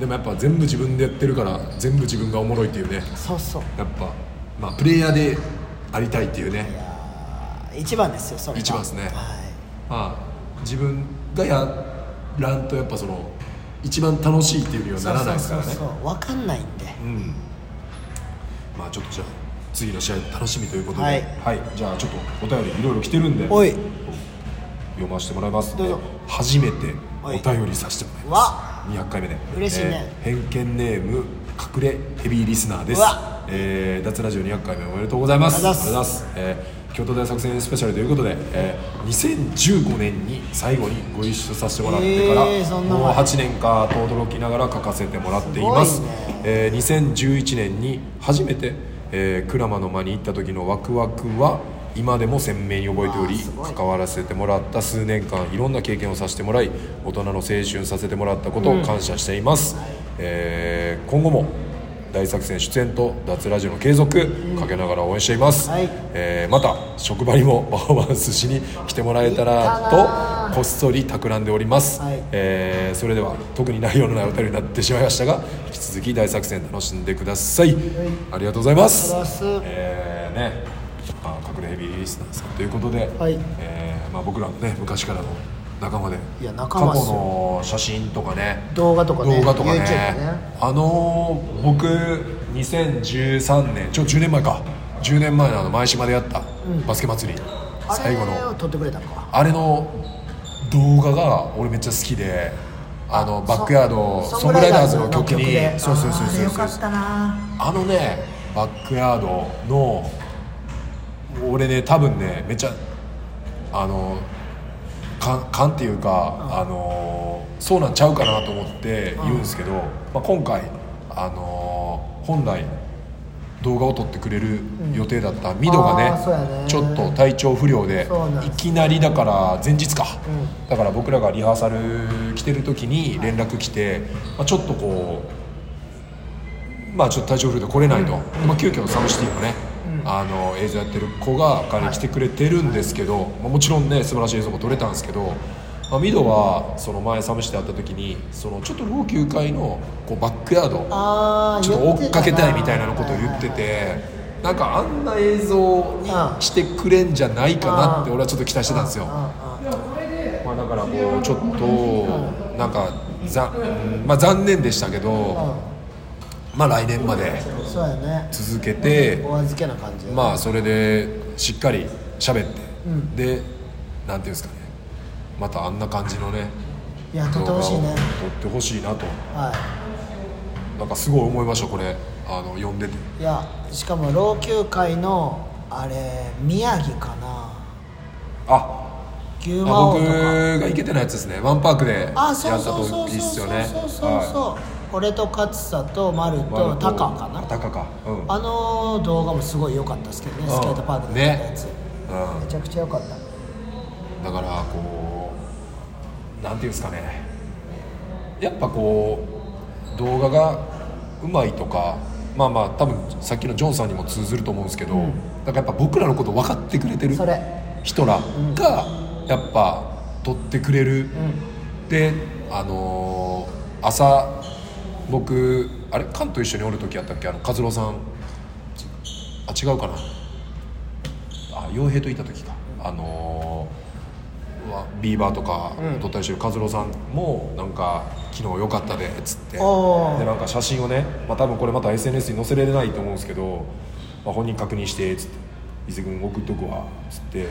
でもやっぱ全部自分でやってるから全部自分がおもろいっていうねそうそうやっぱまあプレイヤーでありたいっていうねあー一番ですよそれが一番ですねはいまあ自分がやらんとやっぱその一番楽しいっていうにはならないですからねそうそうそう分かんないんで、まあちょっとじゃあ次の試合楽しみということで、ははいいじゃあちょっとお便りいろいろ来てるんでおい読ませてもらいますんでどうぞ初めておはい便りさせてもらいわます200回目で嬉しいねえー偏見ネーム隠れヘビーリスナーですうわ、えー、脱ラジオ200回目おめでとうございますありがとうございますありがとうございますえー京都大作戦スペシャルということで、えー、2015年に最後にご一緒させてもらってから、えーそんな前もう8年かと驚きながら書かせてもらっていますすごいねえー2011年に初めて、えー、鞍馬の間に行った時のワクワクは今でも鮮明に覚えておありーすごい関わらせてもらった数年間いろんな経験をさせてもらい大人の青春させてもらったことを感謝しています、えー今後も大作戦出演と脱ラジオの継続かけながら応援しています、はいえーまた職場にもパフォーマンスしに来てもらえ行たったらなとこっそり企んでおります、はいえーそれでは特に内容のないお便りになってしまいましたが引き続き大作戦楽しんでください、ありがとうございますありがとうございますえーね、まあ、隠れヘビーリスナーさんということで、はいえーまあ、僕らのね昔からの仲間でいや仲間っ過す去よの写真とかね動画とかね動画とかね YouTube ねあのー僕2013年ちょ10年前か10年前のあの前島でやったバスケ祭り、最後あれのを撮ってくれたのかあれの動画が俺めっちゃ好きであのバックヤードソンソングライダーズのソン曲グライにダーズの曲でそうそうそあうーそうよそかうったなあのねバックヤードの俺ね多分ねめっちゃあの勘勘っていうか、あのそうなんちゃうかなと思って言うんですけど、まあ、今回あの本来動画を撮ってくれる予定だったミドがあーそうやね,、ねちょっと体調不良でそうなんですいきなりだから前日か、だから僕らがリハーサル来てる時に連絡来て、まあ、ちょっとこうまあちょっと体調不良で来れないと、まあ、急遽サムシティのね、あの映像やってる子が彼に来てくれてるんですけど、まあ、もちろんね素晴らしい映像も撮れたんですけど、まあ、ミドはその前サムシティ会った時にそのちょっと老朽化のこうバックヤードあーちょっと追っかけたいみたいなのことを言言っっててたなて。なんかあんな映像にしてくれんじゃないかなって俺はちょっと期待してたんですよ。まあ、だからもうちょっとなんかざ、まあ、残念でしたけど、まあ、来年までそうやね続けて、お預けな感じでまあ、それでしっかり喋ってでなんていうんですかねまたあんな感じのねいや撮ってほしいね撮ってほしいなとはなんかすごい思いましたこれあの読んでていいやしかも老朽会のあれ宮城かなあ牛あ魔王僕とかが行けてないやつですねワンパークでやったあそうそうそう時そっうすそようねそうそうは俺と勝さと丸いとタカかなタカかうんあの動画もすごい良かったですけどねんスケートパークでやったやつ、うんめちゃくちゃ良かっただからこうなんていうんですかねやっぱこう動画がうまいとかまあまあ多分さっきのジョンさんにも通ずると思うんですけど、だからやっぱ僕らのこと分かってくれてるそれ人らがやっぱ撮ってくれる、であのー朝僕あれカンと一緒におる時やったっけあの和郎さんあ違うかなあ傭兵といた時かあのーうわビーバーとか撮ったりしてる和郎さんもなんか昨日良かったでっつってでおーなんか写真をね、まあ、多分これまた SNS に載せれないと思うんですけど、まあ、本人確認してっつって「伊勢君送っとくわ」っつって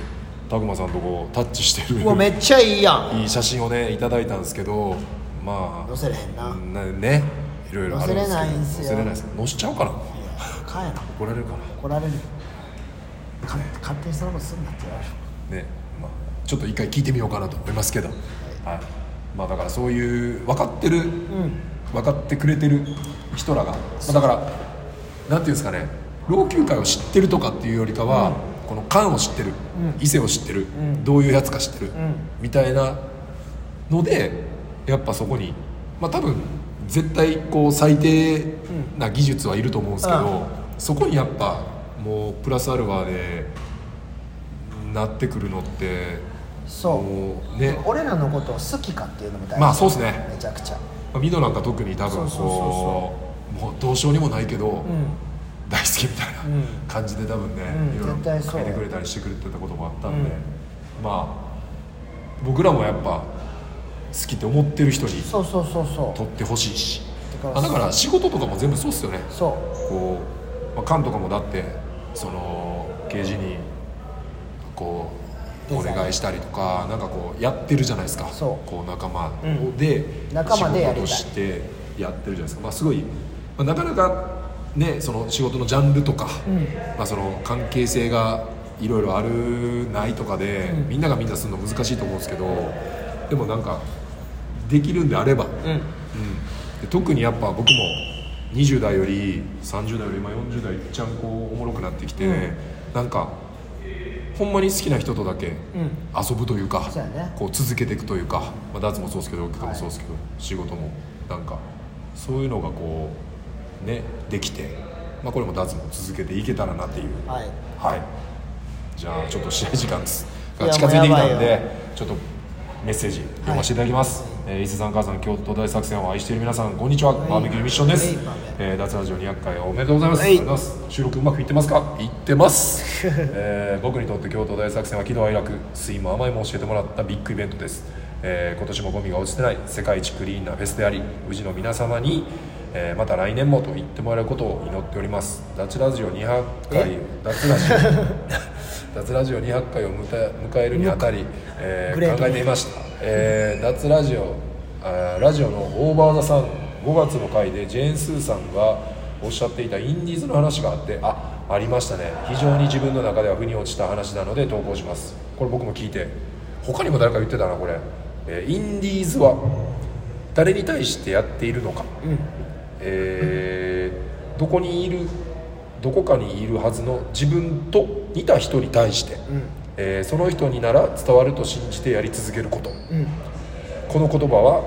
拓磨さんとこうタッチしてるうわめっちゃいいやんいい写真をねいただいたんですけどまあ載せれへんななねいろいろあるんで載すけどせれないんすよ載せれないです載せちゃうかな帰ら怒られるかな怒られるよか勝手にそのことすんなって言われるねまあ、ちょっと一回聞いてみようかなと思いますけど、はいまあ、だからそういう分かってる、分かってくれてる人らが、まあ、だからなんていうんですかね老朽化を知ってるとかっていうよりかは、この缶を知ってる、伊勢を知ってる、どういうやつか知ってる、みたいなのでやっぱそこに、まあ、多分絶対こう最低な技術はいると思うんですけど、そこにやっぱもうプラスアルファで。なってくるのってそうもうね俺らのことを好きかっていうのも大事まあそうですねめちゃくちゃまあミドなんか特に多分そうそうそうこうもうどうしようにもないけど、ん大好きみたいな感じで多分ね、うんいろいろ絶対そう書いてくれたりしてくれてたこともあったんで、まあ僕らもやっぱ好きって思ってる人にそうそうそうそ撮ってほしいしだからあだから仕事とかも全部そうっすよねうそうこう、まあ、カンとかもだってそのケージにこうデおザイン願いしたりとかなんかこうやってるじゃないですかそうこう仲間で仲間でやりた仕事いとしてやってるじゃないですか、まあ、すごい、まあ、なかなかねその仕事のジャンルとか、まあ、その関係性がいろいろあるないとかで、みんながみんなするの難しいと思うんですけどでもなんかできるんであれば、うんで特にやっぱ僕も20代より30代より今40代いっちゃんこうおもろくなってきて、なんかほんまに好きな人とだけ遊ぶというか、そうやねこう続けていくというか、まあ、ダーツもそうですけど曲もそうですけど、仕事もなんかそういうのがこうねできて、まあ、これもダーツも続けていけたらなっていうはいはいじゃあちょっと試合時間ですいやが近づいてきたもんうやばでちょっとメッセージ読ませていただきます、えー伊勢さん母さん京都大作戦を愛している皆さんこんにちは、バーベキューミッションです、はいバーベキューえー、脱ラジオ200回おめでとうございます、はいありがとうございます収録うまくいってますかいってます、 えー僕にとって京都大作戦は喜怒哀楽酸いも甘いも教えてもらったビッグイベントです、えー今年もゴミが落ちてない世界一クリーンなフェスであり宇治の皆様に、えーまた来年もと言ってもらえることを祈っております脱ラジオ200回脱ラジオ脱ラジオ200回を迎え迎えるにあたり、えーグレート考えていました、えー、脱ラジオあーラジオのオーバー・ザ・さん5月の回でジェーン・スーさんがおっしゃっていたインディーズの話があってあありましたね非常に自分の中では腑に落ちた話なので投稿しますこれ僕も聞いて他にも誰か言ってたなこれ、えーインディーズは誰に対してやっているのか、えーどこにいるどこかにいるはずの自分と似た人に対して、えーその人になら伝わると信じてやり続けること、この言葉は、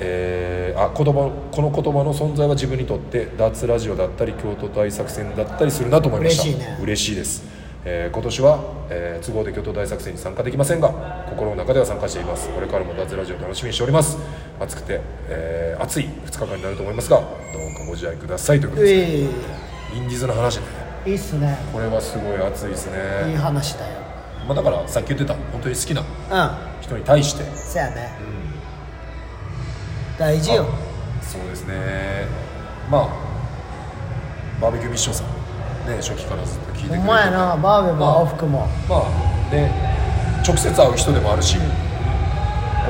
えーあ言葉この言葉の存在は自分にとって脱ラジオだったり京都大作戦だったりするなと思いました嬉しいね嬉しいです、えー今年は、えー都合で京都大作戦に参加できませんが心の中では参加していますこれからも脱ラジオを楽しみにしております暑くて、えー暑い2日間になると思いますがどうかご自愛くださいということです、えインディーズの話ねえいいっすねこれはすごい熱いですいいね、話だよまあ、だからさっき言ってた本当に好きなうん人に対してそやね、大事よそうですねまあバーベキューミッションさんね初期からずっと聞いてくほれてんまやなバーベもまあ青服もまあね直接会う人でもあるし、こ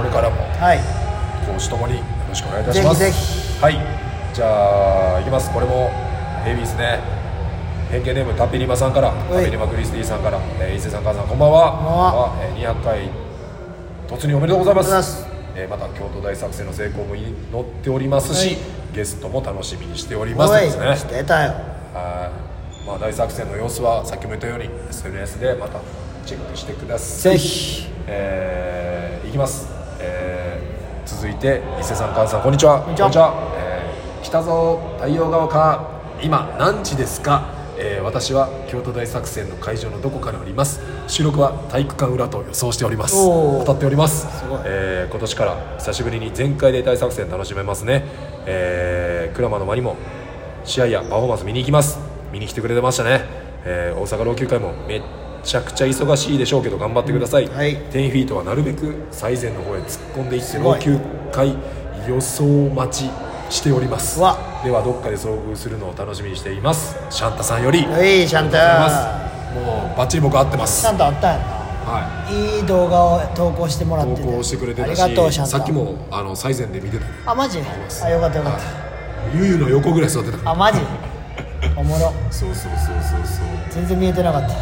れからもはい講師ともによろしくお願いいたぜしまひすぜひはいじゃあいきますこれもヘビーですね偏見ネームタピリマさんからタいピリマクリスティさんから、えー伊勢さん母さんこんばんはこんばんはこんばんはえー200回突入おめでとうございありがとうますございますえーまた京都大作戦の成功も祈っておりますし、はいゲストも楽しみにしておりますおいですねしてたよはいまあ、大作戦の様子はさっきも言ったように SNS でまたチェックしてくださいぜひえーいきます、えー続いて伊勢さん菅さんこんにちはこんにちはえー北蔵太陽が丘今何時ですか、えー私は京都大作戦の会場のどこかにおります収録は体育館裏と予想しておりますおー当たっておりますごいえー今年から久しぶりに全開で大作戦楽しめますね、えー、鞍馬の間にも試合やパフォーマンス見に行きます見に来てくれてましたね、えー大阪老朽会もめっちゃくちゃ忙しいでしょうけど頑張ってください、はい10フィートはなるべく最前の方へ突っ込んでいってすご老い朽会予想待ちしておりますうわではどっかで遭遇するのを楽しみにしていますシャンタさんよりありがとうおいシャンございタますもうバッチリ僕合ってまシすャンタあったんやなはいいい動画を投稿してもらっ投てて稿してくれてあたりしがとうシャンタさっきもあの最前で見てたあマジあよかったよかっゆうゆうの横ぐらい座ってたたあマジおもろそうそうそうそうそう全然見えてなかったい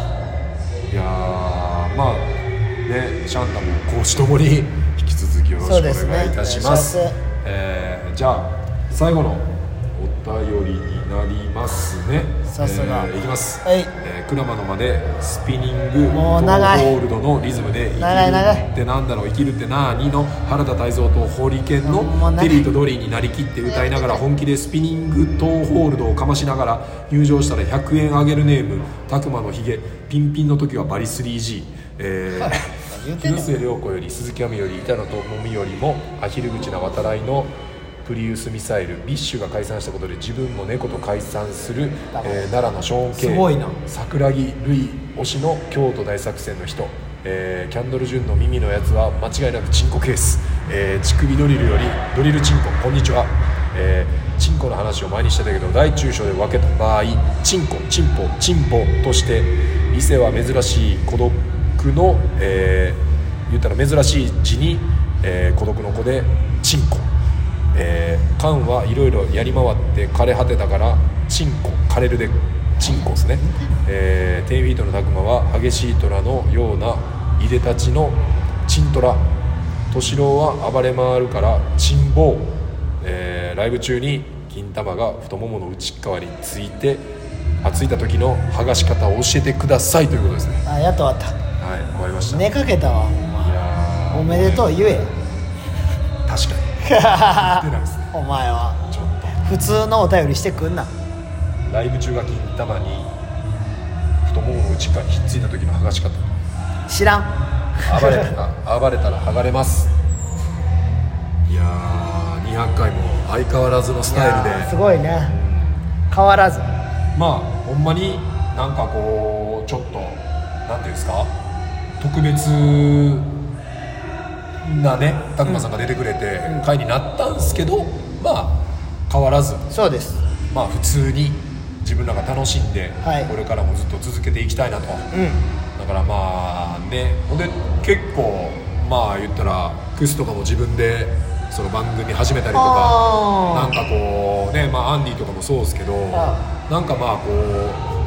やーまあねシャンタも講師ともに引き続きよろしくそおうですね願いいたしますお願いしますえーじゃあ最後のお便りになりますねさすがえーいきます、はいえー鞍馬の間でスピニングもう長いゴールドのリズムで生きる長い長いってなんだろう生きるってなあにの原田泰造とホリケンのもう長いテリーとドリーになりきって歌いながら本気でスピニングトーホールドをかましながら入場したら100円あげるネームたくまのひげピンピンの時はバリ 3G え言ー、うてんね広ん末涼子より鈴木亜美より板野友美よりもアヒル口な渡来のプリウスミサイルビッシュが解散したことで自分も猫と解散する、えー奈良のショーン・ケイすごいな桜木ルイ推しの京都大作戦の人、えーキャンドル・ジュンの耳のやつは間違いなくチンコケース、えー乳首ドリルよりドリルチンコこんにちは、えーチンコの話を前にしてたけど大中小で分けた場合チンコチンポチンポとして伊勢は珍しい孤独の、えー言ったら珍しい字に、えー孤独の子でチンコえー、カンはいろいろやり回って枯れ果てたからチンコ枯れるでチンコですね、えー、テンフィートのタクマは激しい虎のようないでたちのチントラ敏郎は暴れ回るからチンボウ、えーライブ中に金玉が太ももの内側についてあついた時の剥がし方を教えてくださいということですねあやっと終わっはい終わりましたた、寝かけたわほんいまやおめでとう言えー確かに出ないですねお前はちょっと普通のお便りしてくんなライブ中が金玉に太ももの内側にひっついた時の剥がし方知らん暴れた ら暴れたら剥がれますいやー200回も相変わらずのスいタイルやーすでごいね変わらずまあほんまになんかこうちょっとなんていうんですか特別なね拓磨さんが出てくれて回になったんですけど、まあ変わらずそうですまあ普通に自分らが楽しんで、はいこれからもずっと続けていきたいなと、だからまあねほんで結構まあ言ったらクスとかも自分でその番組始めたりとかあなんかこうねまあアンディとかもそうですけどあなんかまあこ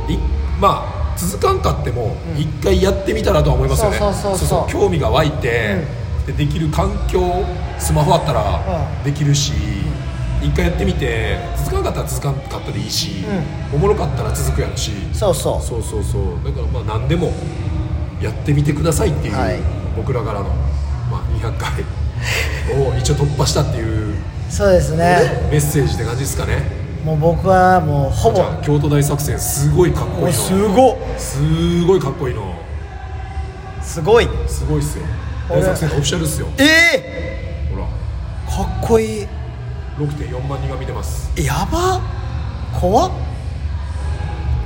ういまあ続かんかっても一回やってみたらとは思いますよね、そうそうそうそう興味が湧いて、でできる環境スマホあったうらできるし、一回やってみて続かなかったら続かなかったでいいし、おもろかったら続くやろしそうそうそうそうそうだからまあ何でもやってみてくださいっていう、はい僕らからの、まあ、200回を一応突破したっていうそうですねメッセージって感じですかねもう僕はもうほぼじゃあ京都大作戦すごいかっこいいのおすごっすごいかっこいいのすごいすごいっすよ俺大作戦のオフィシャルっすよええほらかっこいい6.4万人が見てますやば怖っ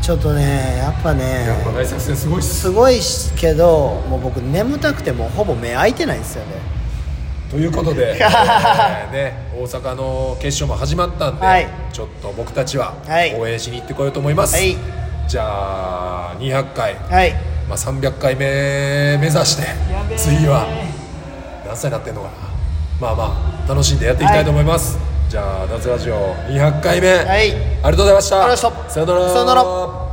ちょっとねやっぱねやっぱ大作戦すごいっすすごいしけどもう僕眠たくてもうほぼ目開いてないんですよねというこ とで、えーね、大阪の決勝も始まったんで、はいちょっと僕たちははい応援しに行ってこようと思います、はいじゃあ200回、はいまあ、300回目目指して次は何歳になってんのかなまあまあ楽しんでやっていきたいと思います、じゃあ夏ラジオ200回目、はいありがとうございましたありがとうございましたさよならさよなら